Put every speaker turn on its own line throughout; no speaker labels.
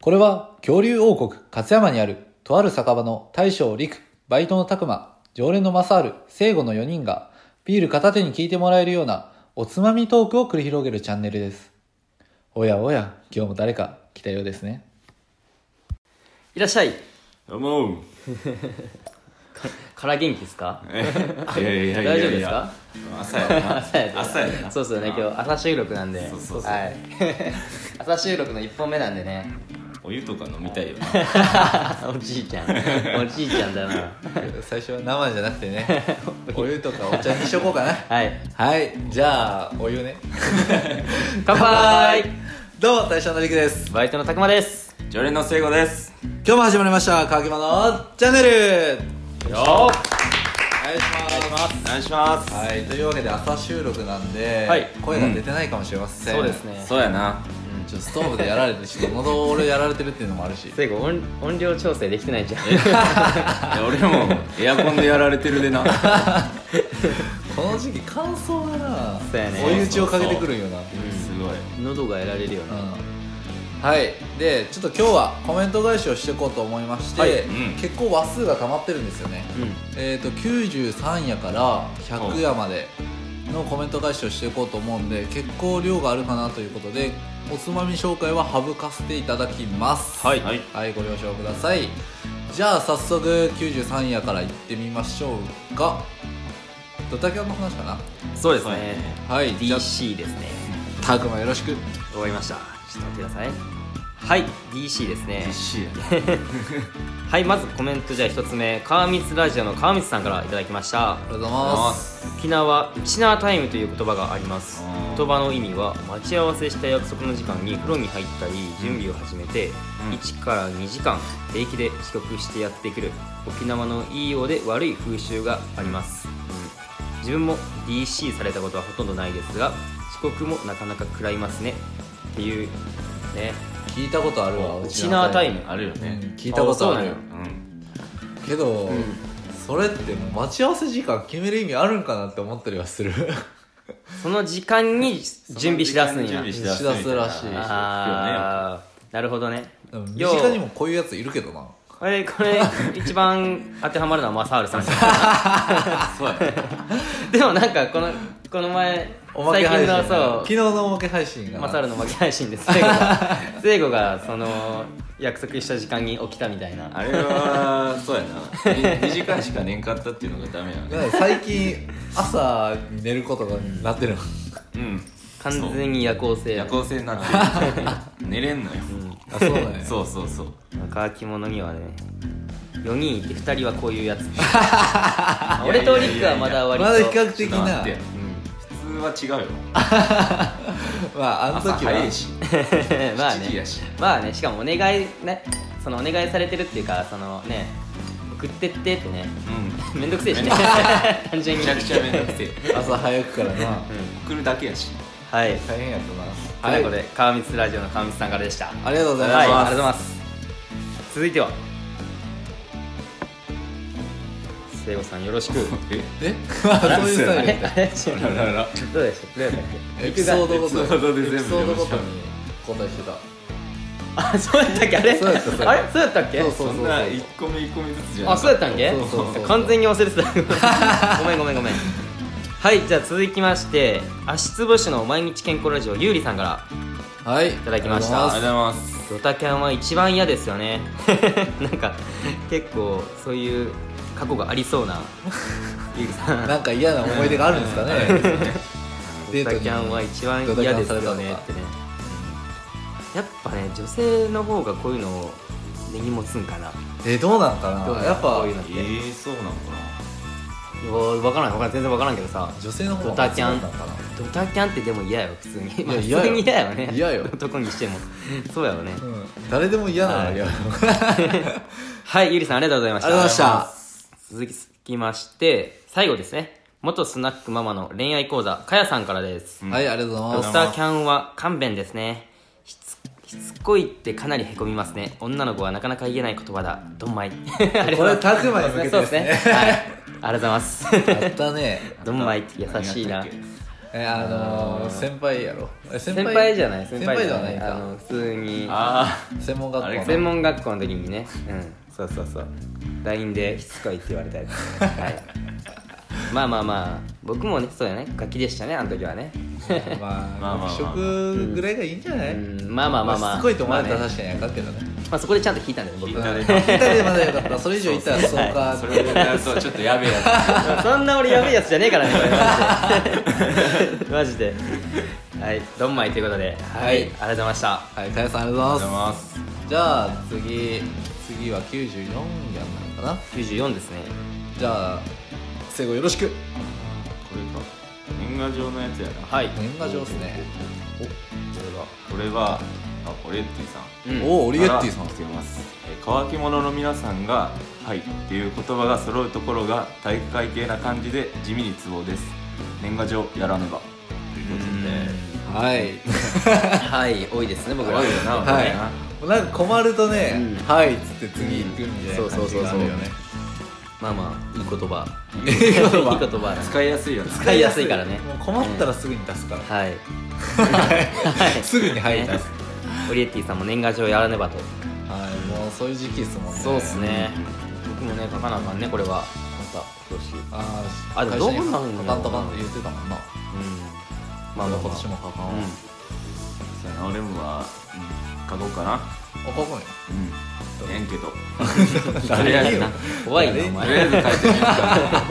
これは恐竜王国勝山にあるとある酒場の大将陸、バイトの拓馬、常連の正ル聖護の4人がビール片手に聞いてもらえるようなおつまみトークを繰り広げるチャンネルです。おやおや、今日も誰か来たようですね。
いらっしゃい。
どうも。
から元気ですか？
いやいやいや
大丈夫
い
です
や
か？
朝やな。
朝やで
朝やな。
そうっすよね。今日朝収録なんで。
そうそうそう
はい。 朝収録の一本目なんでね。
お湯とか飲みたいよな。
おじいちゃん。おじいちゃんだな。
最初は生じゃなくてね、 お湯とかお茶にしとこうかな。
はい。
はい、じゃあお湯 ね。
乾杯。
どうも、大将の陸です。
バイトのたくまです。
常連の聖子です。
今日も始まりました、川島のチャンネル
よー。
お願いします。
お願いします。
はい、というわけで朝収録なんで、
はい
声が出てないかもしれません、
そうですね。
そうやな。
うんちょっとストーブでやられて ちょっと喉俺やられてるっていうのもあるし
最後音音量調整できてないじゃん。
いや俺もエアコンでやられてるでな。
この時期乾燥がな
そうやね
追い打ちをかけてくるんよな
すごい。
喉がやられるよね。
うんはいでちょっと今日はコメント返しをしていこうと思いまして、
はい
うん
結構話数が溜まってるんですよね、
う
えっ、と93夜から100夜までのコメント返しをしていこうと思うんで結構量があるかなということでおつまみ紹介は省かせていただきます
はいはい
ご了承くださいじゃあ早速93夜から行ってみましょうかドタキャンの話か
ん。そうですね。
なはいじゃあ
DC ですね。
たくまよろしく
終わりましたちょっと待ってくださいはい DC ですね
しや。
はいまずコメントじゃあ1つ目川光ラジオの川光さんからいただきまし
あ
た
りがとうございます
沖縄ウチナータイムという言葉があります
あー
言葉の意味は待ち合わせした約束の時間に風呂に入ったり準備を始めて、
うん
1から2時間平気で遅刻してやってくる沖縄のいいようで悪い風習があります、うん自分も DC されたことはほとんどないですが遅刻もなかなか食らいますねっていうね
聞いたことあるわ
ウチナータイム
あるよ
う
ね。
ん聞いたことあ
あそうなん
る
や
うん。
けど、
ん
それってもう待ち合わせ時間決める意味あるんかなって思ったりはする
その時間に準備しだすん
準
や
備し
しだすらしい
あ
あーなるほどね
でも身
よう
近にもこういうやついるけどな
これこれ一番当てはまるのはマサールさん
そうやね。
でもなんかこのこの前
おまけ配
最
信
近の
昨日
そ
のおまけ配信
う
が
マサールの負け配信で聖子が聖子がその約束した時間に起きたみたいな
あれはそうや な。二時間しか寝んかったっていうのがダメや
だ
ね。
から最近朝に寝ることがなってるの
うん。
完全に夜行性
夜行性になって る寝れんのよ。
あ そうだね
そうそうそう。
乾き物にはね4人いて2人はこういうやつ俺とリックはまだ
ま
割と
だ比較的
ちょっと
な
待って普通は違うよ。
まああの
朝
時
早
はい
し。
うん まあ
7時
ね
やし
まあねしかもお願いねそのお願いされてるっていうかそのね送ってってってね
う
めんどくせえし
めん
ね
どく
単純
ん。
に
めちゃくちゃめんどくせえ。
朝早くからな
送るだけやし。
はい
大変やっ
と
たな
いうことで川光ラジオの川光さんからでした
ありがとうござい
はい、
ま
あ
す
りがとうございます。続いては。聖子さん、よ ろしく。
え
え そういうスタイルやっ
え、あれ、違う
あららら。
どうでした、どうでしたっけ。
たエピソードごとに
エピソードで全部
エピソードごとに答えしてた
あ、そうやったっけ、あれ。
そうやったそうやった
あれ、そうやったっけ。
そうそう
そんな一個目一個目ずつじゃ
あ、
な
そうや
か
ったんけ
そうそうそう。
完全に忘れてた。ごめん、ごめん、ごめん。はい、じゃあ、続きまして、足つぼしの毎日健康ラジオ、ゆうりさんから。
はいい
ただきました
ありがとうございます。
ドタキャンは一番嫌ですよね なんか結構そういう過去がありそうなゆうりさん
なんか嫌な思い出があるんですかねデ
ドタ
ー
キャン
ト
は
に
一番嫌ですよねってねやっぱね女性の方がこういうのを根に持つんかな
えどうなんか
どうな
なんやっ
こ
ぱ
ういうのって、
えー、そうなのか
分からん分からん全然分からんけどさ
女性の方
ドタキャン
そうなんかな
ドタキャンってでも嫌よ普通に、まあ、普
嫌よ
通に嫌よね
嫌よ
男にしてもそうやろね
うん誰でも嫌なのよ
はいゆりさんありがとうございました
ありがとうございま
続きまして最後ですね元スナックママの恋愛講座かやさんからです
うん
はいありがとうござい
ド
ます
タキャンは勘弁ですねしつしつこいってかなりへこみますね女の子はなかなか言えない言葉だどんまいあ りがとうございます
これ拓馬に向けてですね
そうですねはいありがとうございます
やったね
どんまいって優しいな
何やったっ
えあの
あ
ー、
ー
先輩やろえ先
先輩じゃない
先輩ではない
あ
か
の普通に
ああ
専門学校
あ
の
れ
専門学校の時にねうんそうそうそう LINE でしつこいって言われたや つ、はい、まあまあまあ僕もねそうやねガキでしたねあの時はね
まあ
まあまあ
学食ぐらいがいいんじゃな
う
い、
んまあまあまあまあ
しつこいと思われたら
まあね
確かにあかんけどね
まあそこでちゃんと引いたんだよね僕
引い
うん
た
二
ね
人でまだよかったそれ以上いったらそうか
それをやるとちょっとやべえや
そんな俺やべえやつじゃねえからねこれ マジでマジではいドンマイということでは
はい
ありがとうございました
はい加谷さんありがとうご
つ
ざいま
ます
すじゃあ次次は94やんなのかな
94ですね
じゃあ生後よろしく
これか年賀状のやつやな
はい
年賀状っすね
これはあオレッティさん
うん
おおオリエッティさん
来てますえー乾き物の皆さんが「はい」っていう言葉が揃うところが体育会系な感じで地味にツボです年賀状やらねばということ
はい
はい多いですね僕ら
多いよな
は
多いない
なんか困るとね
うん
「はい」っつって次行くみたい
そ
な
うそ
感
う
じ
そう
があ
そう
るよね
まあまあいい言葉
いい言葉
いい言葉
で使いやすいよね
使いやすいからね
もう困ったらすぐに出すから
はい
はいすぐに「はい」出す
オリエッティさんも年賀状やらねばと
はいもうそういう時期ですもんね
そうっすね僕もね書かなあかんねこれはまた今年うん
あー
あでもどうなんやろう
会社にパカンパカンって言ってたもんな
まあまあ
今年も
ま
パカン
あ
は
そうやな俺もは、うん、書こうかな
おかっこいい
うんええんけど
うん
誰やねんな
怖いなお
とりあ
前
えず書いてみるか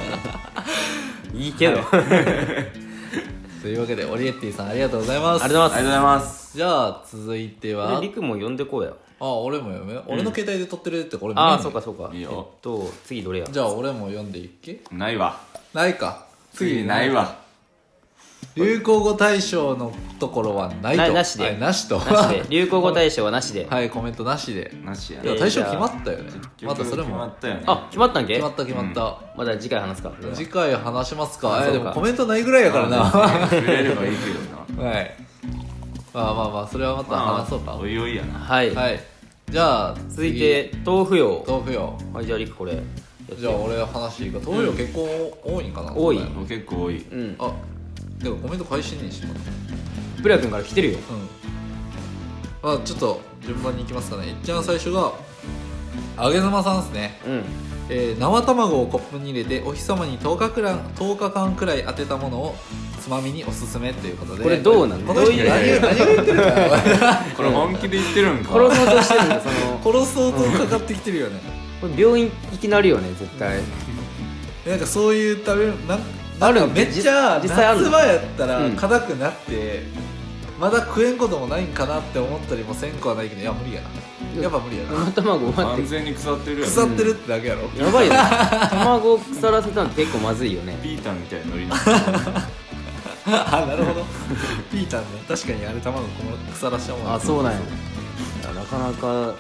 いいけどありがとう
というわけでオリエッティさんありがとうございます
ござい
あ
ま
りがとう
す
ございます
じゃあ続いて
これ
は
りくも呼んでこうや
あ俺も読め俺の携帯で撮ってるってこれ見えん
あ
の
あそうかそうか
いいよ
えっと次どれや
じゃあ俺も読んでいっけ
ないわ
ないか
次ないわ
流行語大賞のところはないと
ななしで
はいなしと
なし で流行語大賞はなしで
はいコメントなしで
なしや
いや
えー
大賞決まったよね
結
ま
局
たそれ
決ま
も
ったよね
あ決まったんけ
決まった決まった
まだ次回話すかこれは
次回話しますか
あ
えで
そう
も
か
コメントないぐらいやからなは
触れればいいけど ない
まあまあまあそれはまた話そうか
おいおいやな
はい
はいじゃあ
続いて豆腐よ
豆腐よ
はいじゃありくこれやって
じゃあ俺話いいか豆腐よ結構多いんかな
多い
今回
結構多い
うん
あでもコメント返してねえしまだ
プラ君から来てるよ
うんまあちょっと順番にいきますかねいっちゃん最初があげまさんですね、
うん
えー生卵をコップに入れてお日様に10日くらい10日間くらい当てたものをつまみにおすすめということで
これどうなの
この人
どう
何
いう
を何を言ってるか
これ本気で言ってるんか
殺そうとしてるんだその
殺そうとかかってきてるよね
これ病院行きなるよね絶対
なんかそういう食べなんなんかめっちゃ
実実際あるの
夏場やったら
うん
硬くなって、まだ食えんこともないんかなって思ったりもせんこはないけどいや無理やなやっぱ無理やな
生卵待
完
って
全に腐ってるやん
腐ってるってだけやろ、
やばいよね卵腐らせたの結構まずいよね
ピータンみたいなノリな の
あなるほどピータンね確かにあれ卵この腐らしたもん
あそうなんやいやなかなか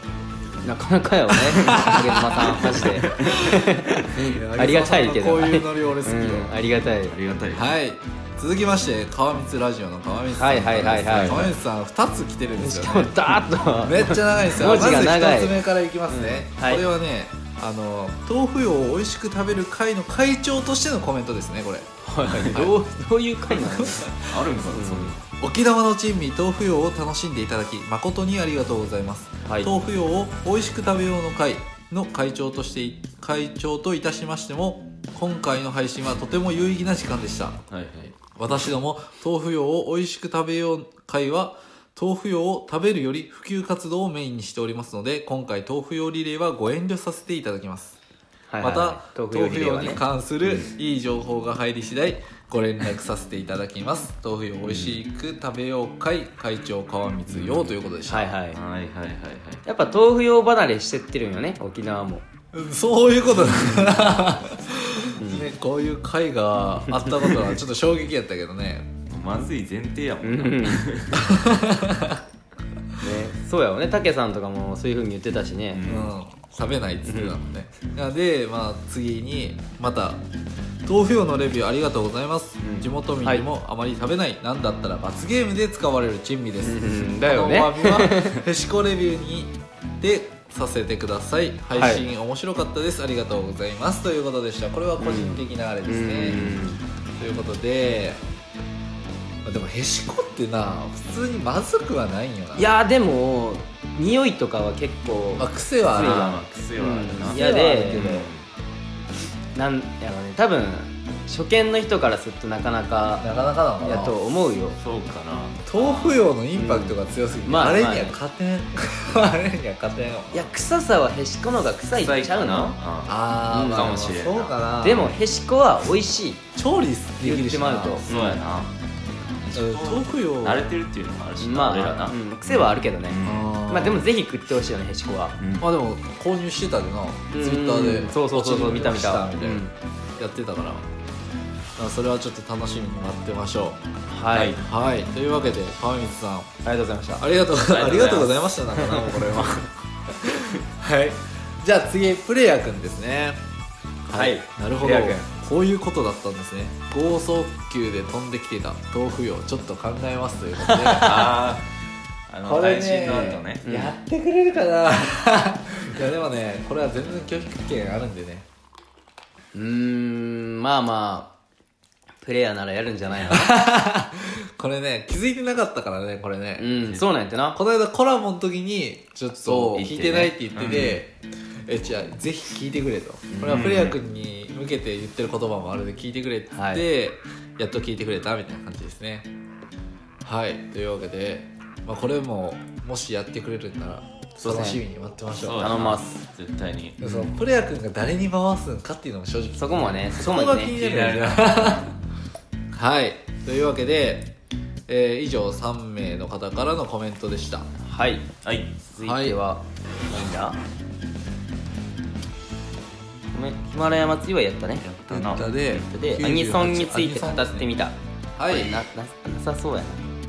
なかなかよね竹島さんマジで
や
ありがたいけど
こういうノリ俺好きよ、
うんありがたい
ありがたいよ
はい続きまして川光ラジオの川光さん
はいはいはいはい
川光さん2つ来てるんです
し
よ、
かも
ね、
ダーッと
めっちゃ長いんですよ
文字が
まず
長い
1つ目からいきますね、
うんはい
これはねあの豆腐用を美味しく食べる会の会長としてのコメントですねこれ
どうどういう回なの
あるんかなそんな
沖縄の珍味豆腐用を楽しんでいただき誠にありがとうございます、
はい
豆腐用を美味しく食べようの会の会長として会長といたしましても今回の配信はとても有意義な時間でした
はいはい
私ども豆腐用を美味しく食べよう会は豆腐用を食べるより普及活動をメインにしておりますので今回豆腐用リレーはご遠慮させていただきますまた豆腐用に関するいい情報が入り次第ご連絡させていただきます豆腐用美味しく食べよう会会長川光用ということでした、
はいはい
はいはいはいはい
やっぱ豆腐用離れしてってるんよね沖縄も
うんそういうことだな、ね、こういう会があったことはちょっと衝撃やったけどね
まずい前提やも
うんんねそうやよね竹さんとかもそういうふうに言ってたしね
うん、食べないっつってたもんね、で、まあ、次にまた豆腐用のレビューありがとうございます、
うん
地元民にもあまり食べない、なんだったら罰ゲームで使われる珍味です、
うんだよね
このお詫びはへしこレビューにでさせてください配信面白かったです、ありがとうございますということでしたこれは個人的なあれですね、
うん
ということででもへしこってな普通にまずくはないんよない
やーでも匂いとかは結構
まあ、癖はある
癖
よ
は
まあ癖はあるな、
うん
う
い
ん
やで
癖はある
なんやろね多分初見の人からするとなかな
けど
か
なかなかなのか
や
な
と思うよ
そうかな
豆腐用のインパクトが強すぎて、
うんまあ
あれには勝てん、 あ、れには勝てんよ
いや臭さはへしこの方が臭いっちゃうの
あ
あー、
うん
まあ、
かもしれんな
そうかな
でもへしこは美味しい
調理でき
言
る
っ
してな
まうと
そうや
う
な
ん豆腐用
慣れてるっていうのもあるしな俺ら
ま
な
あ、うん、癖はあるけどね、
うん
まあでもぜひ食ってほしいよねへしこは
うん
まあでも購入してたでなツイッター
うん
で
そうそうそうそう見た見た
みたいな
うん
やってたからだからそれはちょっと楽しみに待ってましょ
はい、
はい
うんはいというわけで川光さん
ありがとうございました
ありがとう
あ
あ
り
り
が
が
と
とう
うご
ご
ざ
ざいましたなんかなこれははいじゃあ次プレイヤーくんですね
はい
なるほ
プ
ど
レイヤーくん
こういうことだったんですね剛速球で飛んできてた豆腐よちょっと考えますということで
あーあの配信の後ね
うん
やってくれるかな いやでもねこれは全然拒否権あるんでね
うーんまあまあプレイヤーならやるんじゃないの
これね気づいてなかったからねこれね、
うんそうなんやってな
この間コラボの時にちょっ
そ
と
う
聞いてないって言ってて、えじゃあぜひ聞いてくれとこれはプレイヤー君に向けて言ってる言葉もあるで聞いてくれって言
は
って、やっと聞いてくれたみたいな感じですねはいというわけで、まあ、これももしやってくれるんなら
そうで
楽
す
し
ね
みに待ってまし
そう
ょう
やな
頼みます
絶対に
でそのプレイヤー君が誰に回すんかっていうのも正直
そこもねそ
そ
こ
こ
も
が
ね
気に
気に
な
な
る
る
よねはいというわけで、えー以上3名の方からのコメントでした
はい
はい
続いては、なんだごめんヒマラヤ祭りはやったね
だな
歌で
で
98
アニソンについて語ってみた、
は
こ
い
れなななさそうや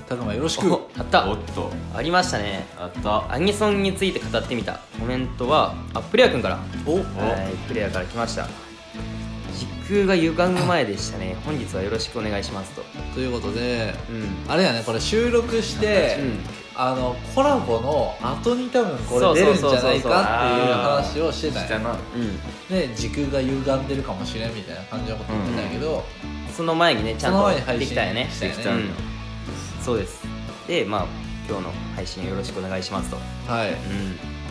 たくまよろしく
なおあっ
お
た
っと
ありましたね
あった
アニソンについて語ってみたコメントはあプレイヤーくんから
お
はいプレイヤーから来ました時空が歪む前でしたね本日はよろしくお願いしますと
ということで
うん
あれやねこれ収録して、
うん
あのコラボの後に多分これ出るんじゃないかっていう話をして
したた
んよ
な
うん
で時空が歪んでるかもしれんみたいな感じのこと言ってたんやけど、
その前にねちゃん
その前に
と
配
で
信
きたよね
してき
た
う
よ
んそうですでまあ今日の配信よろしくお願いしますと
はい
うん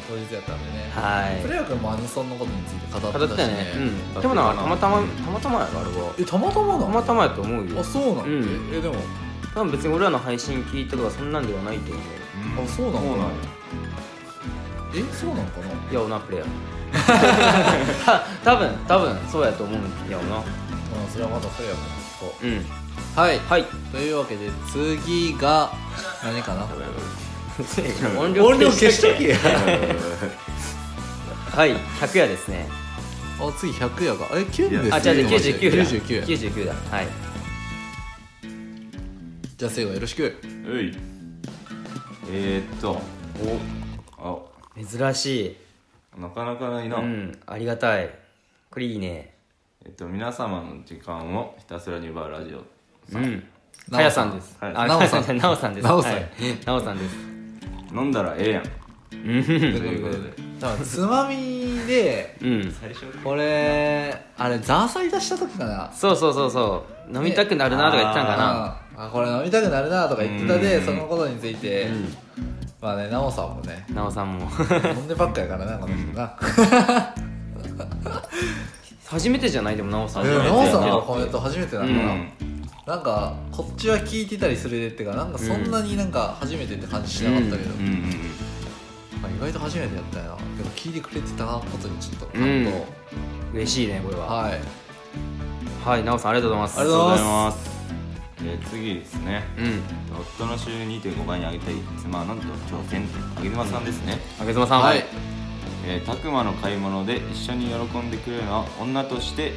当日やったんでねプ
は
レイヤー君もアニソンのことについて語
い
っ
語
て
っ
た
てた
し
よ
ね
ねうん
だって
でもな
な
たまたまたまたまやろあれは
えたまたま
た
なの
またまやと思うよ
あそうなの、
うん
えでも
多分別に俺らの配信聞いたとかそんなんではないと思う
あそうなの
そうなんよ
えそうなのかない
やおなプレイヤーた 多分多分そうやと思うんやおな
まあそれはまだプレイヤー君のこ
うん
とはい
はい
というわけで次が何かな
音
音量
量
消
消
し
し
と
と
け
けはい100やですね
あ次100やがえキュンですよ
あ違う違う
今まで
99だ
99
99だはい
じゃあ最後よろしく
ういえー、っとお
珍しい
あなかなかないな、
うんありがたいこれいいね
えっと皆様の時間をひたすらに奪うラジオ
うん
なおさん
かやさんです
はい
あ
なおさん
なおさんです
なおさん
はいなおさんです
飲んだらええやん
と
ということで
多分つまみで
うん
最初
これあれザーサイ出した時かな
そうそうそうそう飲みたくなるなとか言ってたんかな
あこれ飲みたくなるなとか言ってた
う
で
ん
そのことについてまあね奈緒さんもね
なおさんも
飲んでばっかやからなこの人な
初めてじゃないでもなおさん
い
め
や
て
奈緒さん
や
の
ね
コメント初めてな
う
のかなんなんかこっちは聞いてたりするでってかなんかそんなになんか初めてって感じしなかったけど、
うんうん
まあ意外と初めてやったよなでも聞いてくれてたことにちょっと感動、
うん嬉しいねこれは
はい
はいなおさんありがとうございます
ありがとうございます
えー次ですね
うん
夫の収入2.5倍に上げたい妻の挑戦あげまさんですね、
あげずまさん
はい
えー、たくまの買い物で一緒に喜んでくれるのは女として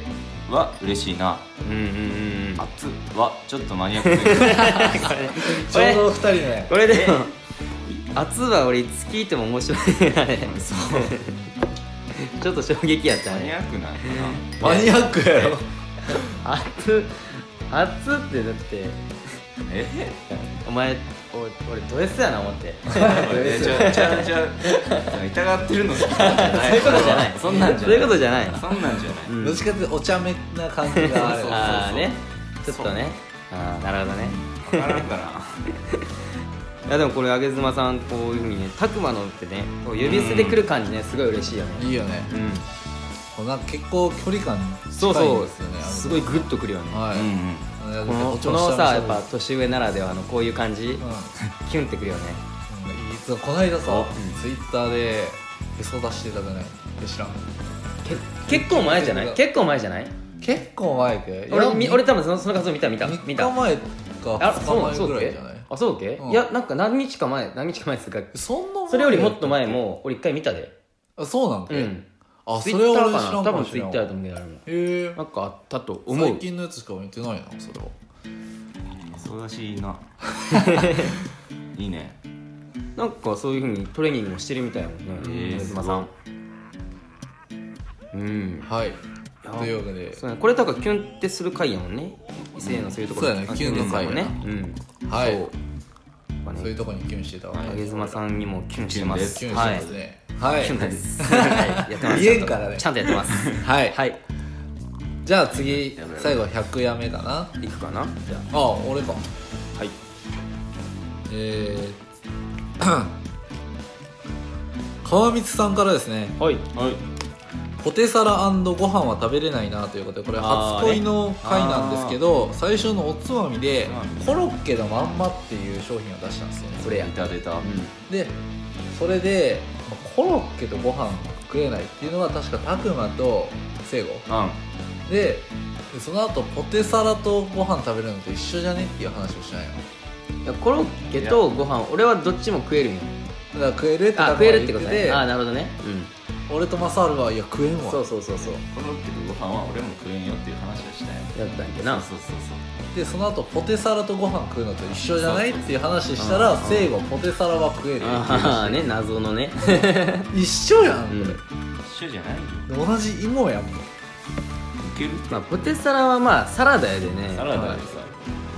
は嬉しいな
うんうんうんうん
あつはちょっとマニアック で
ちょうど二人ね
これでも熱は俺いつ聞いても面白いなねそう ちょっと衝撃やった
マニア
ね
ックなんか
マニアックやろ
熱熱ってだって
なえ
お前お俺ド S やな思って
えちゃうちゃうちゃう疑ってるのそういう
そういうことじゃない
そんなんじゃ
そう
ない
いうことじゃない
そんなんじゃない、
うん
どっちかっていうとお茶目な感じがある
そうそうそう
ああねちょっとねああなるほどね
分からんかな
いやでもこれ上妻さんこういうふうにねたくまのってねこう指捨ててくる感じねすごい嬉しいよね
いいよね
うん
こうなんか結構距離感
そう
近いん
そ
ですよね
うすごいグッとくるよね
は
うん
い
こ
いやだ
の
って
こ
こっちも
の
下も
さ
下
や
も
っぱ年上ならではのこういう感じキュンってくるよね
うんうんいつかこの間さ
うん
ツイッターでへそ出してたじゃない知らん
け結構前じゃない結構前じゃない
結構前で
俺み俺
た
多分そのその画像見た見た見
3
た
日前か
あそ
2日
う
前
そう
ぐ
だっ
らい
け
じゃない
あそうだっけ、
うん
いやなんか何日か前何日か前ですか
そんな前
それよりもっと前も俺一回見たで
あそうなんか
うん
あそ
ツイッ
れは
タ
俺
ー
知ら
かなん多
か
分
も
ツ
し
イ
れ
ッ
ん
ターだと思うけどあれも
へえ
なんかあったと思う
最近のやつしか見てないなそれは
忙しい ないいね
なんかそういうふうにトレーニングもしてるみたいやもんね
へえ
上島さんうん
はい
や
というわけで
そうやねこれだからキュンってする回やもんね異性のそういうところ
そうやね
あ
キュンの回やな
うん
はい
そうやっ
そう
ぱ
い
ね
うとこにキュンしてたわけ
上妻さんにもキュンしてま
キュンですす
キュンして
は
ま
い
すねはい
キュンで すはいやってます
言えんからね
ちゃんとやってます
はい
はい
じゃあ次最後100やめかな
行くかなじゃ
あ俺か
あはい
えー 川光さんからですね
はい
はい
ポテサラご飯は食べれないなということでこれ
あー
初恋の回なんですけど最初のおつまみでコロッケのまんまっていう商品を出したんですよね
これや
出た出た
でそれでまあコロッケとご飯食えないっていうのは確か拓磨と聖吾
うん
ででその後ポテサラとご飯食べるのと一緒じゃねっていう話をしないの
いやコロッケとご飯俺はどっちも食えるんよ
だから食えるって
あ
拓
食
磨は
え
言
るって
て
こと
て
ねあなるほどね
俺とマサールはいや食えん
うん
わ
そうそうそうそう
コロッケとご飯は俺も食えんよっていう話をした
や
よ
ったんやけどな
そうそうそ
でその後ポテサラとご飯食うのと一緒じゃないっていう話したら
うん
聖吾ポテサラは食えるって言う
ああね謎のね
一緒や、
うんん
う一緒じゃないよ
同じ芋やもん
いける
まあポテサラはまあサラダやでね
サラダでさ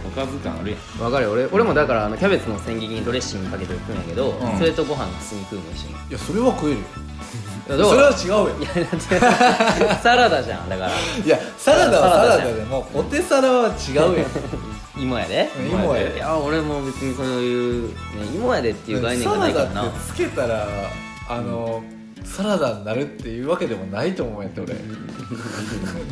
おかず感あるやん
わかるよ俺俺もだからあのキャベツの千切りにドレッシングかけて食うんやけど、
うん
それとご飯普通に食うもん一緒に
いやそれは食えるよ
いやだ
そ
か
れは
ら
違うよ
いやだって サラダじゃんだから
いやサラダは
サ
サ
ラダ
ラ
じゃん
ダでもポテサラは違うよ
芋やで
うん芋や
い
で
や俺も別にそういう、ね、芋やでっていう概念がないから
サラ
な
ダってつけたらあの、サラダになるっていうわけでもないと思うんやって俺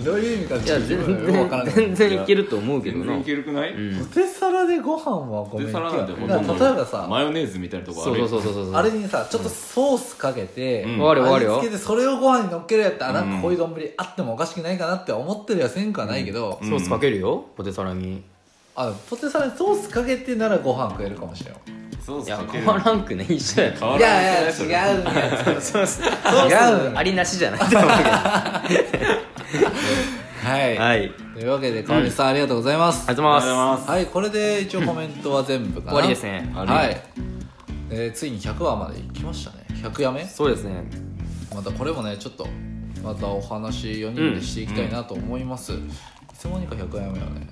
どういう意味か
い
ちょ
や
っと
全
自分でもよくわから
然
ない
全然いけると思うけど
全
な
然いけるくない
う
ポ
ん
テサラでご飯はごめん
でサラダでほ
だ
と
か
んど
ら例えばさ
マヨネーズみたいなとこあ
そう
る
そう
や
んそうそうそう
あれにさちょっとソースかけて、
うん
わかるわかるよ
味付けてそれをご飯に乗っけるやったら、
うん
なんかこういう丼あってもおかしくないかなって思ってるやせんかないけど、
うん
ソースかけるよポテサラに
あポテサラにソースかけてならご飯食えるかもしれんよ
そう
い
そ
や
う
変わらんくね一緒や
変わらん
いや違うんや
そうそう
違う
ありなしじゃない と思うけど
はい、
はい
というわけで川西さん、ありがとうございます
ありがとうございます
す
はいこれで一応コメントは全部かな
終わりですね
はい、えーついに100話まで行きましたね100やめ
そうですね
またこれもねちょっとまたお話4人でしていきたいなと思います、いつもにか100やめよね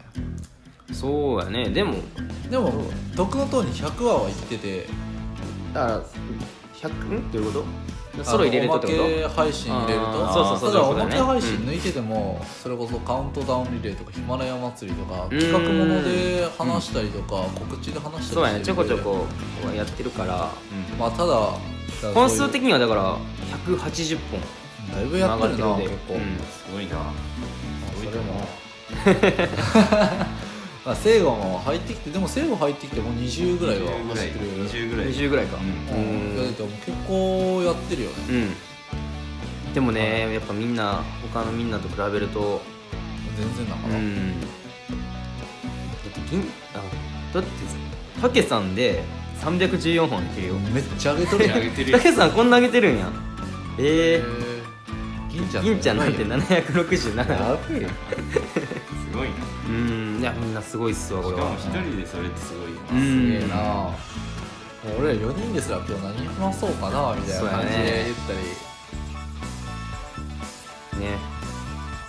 そうやねでも
でも毒の塔に100話は行ってて
だから100んどういうことソロ入れるとってこ
あのおまけ配信入れる
あ
と
ー
そう
そうそう
ただ
そ
お
うだ
ま
ね
け配信抜いてても、それこそカウントダウンリレーとかヒマラヤ祭りとか
うん
企画もので話したりとか、告知で話した
と
りして
そうやねちょこちょこ
こ
やってるから
まあただだから
本
そういう
数的にはだから180本
だいぶやってるな
曲がってる
結構、
でうん
すごいな
そ れもまあ聖護も入ってきてでも聖護入ってきてもう20ぐらいは走ってる
20ぐらい
20ぐらいか
うん
うん
うん
いやだってもう結構やってるよね
うんでもねやっぱみんな他のみんなと比べると
全然だか
う
ら、
んだって銀あだってたけさんで314本いってるよ
めっちゃ上げとるやん
上げてる
た
よ
けさんこんな上げてるんやえ
銀ちゃ
ー、
ん
銀ちゃんなんて
やばいよ
767
や
すごいな
うんいやみんなすごいっすわこ
し
れ
かも
は
一人でそれってすごいよ
う
べ
ん
えすげえなもう俺ら4人ですら今日何話そうかなみたいな感じ
そうやね
で言ったり、
ね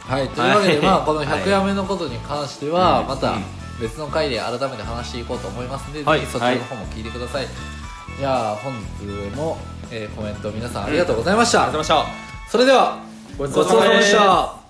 はいというわけで、
はい
まあこの「100やめ」のことに関しては、
はい
また別の回で改めて話していこうと思いますので、
はい
ぜひそちらの方も聞いてください、じゃあ本日も、えーコメント皆さんありがとうございました、
ありがとうございました
それではごちそうさまでし
ごちそうさ
た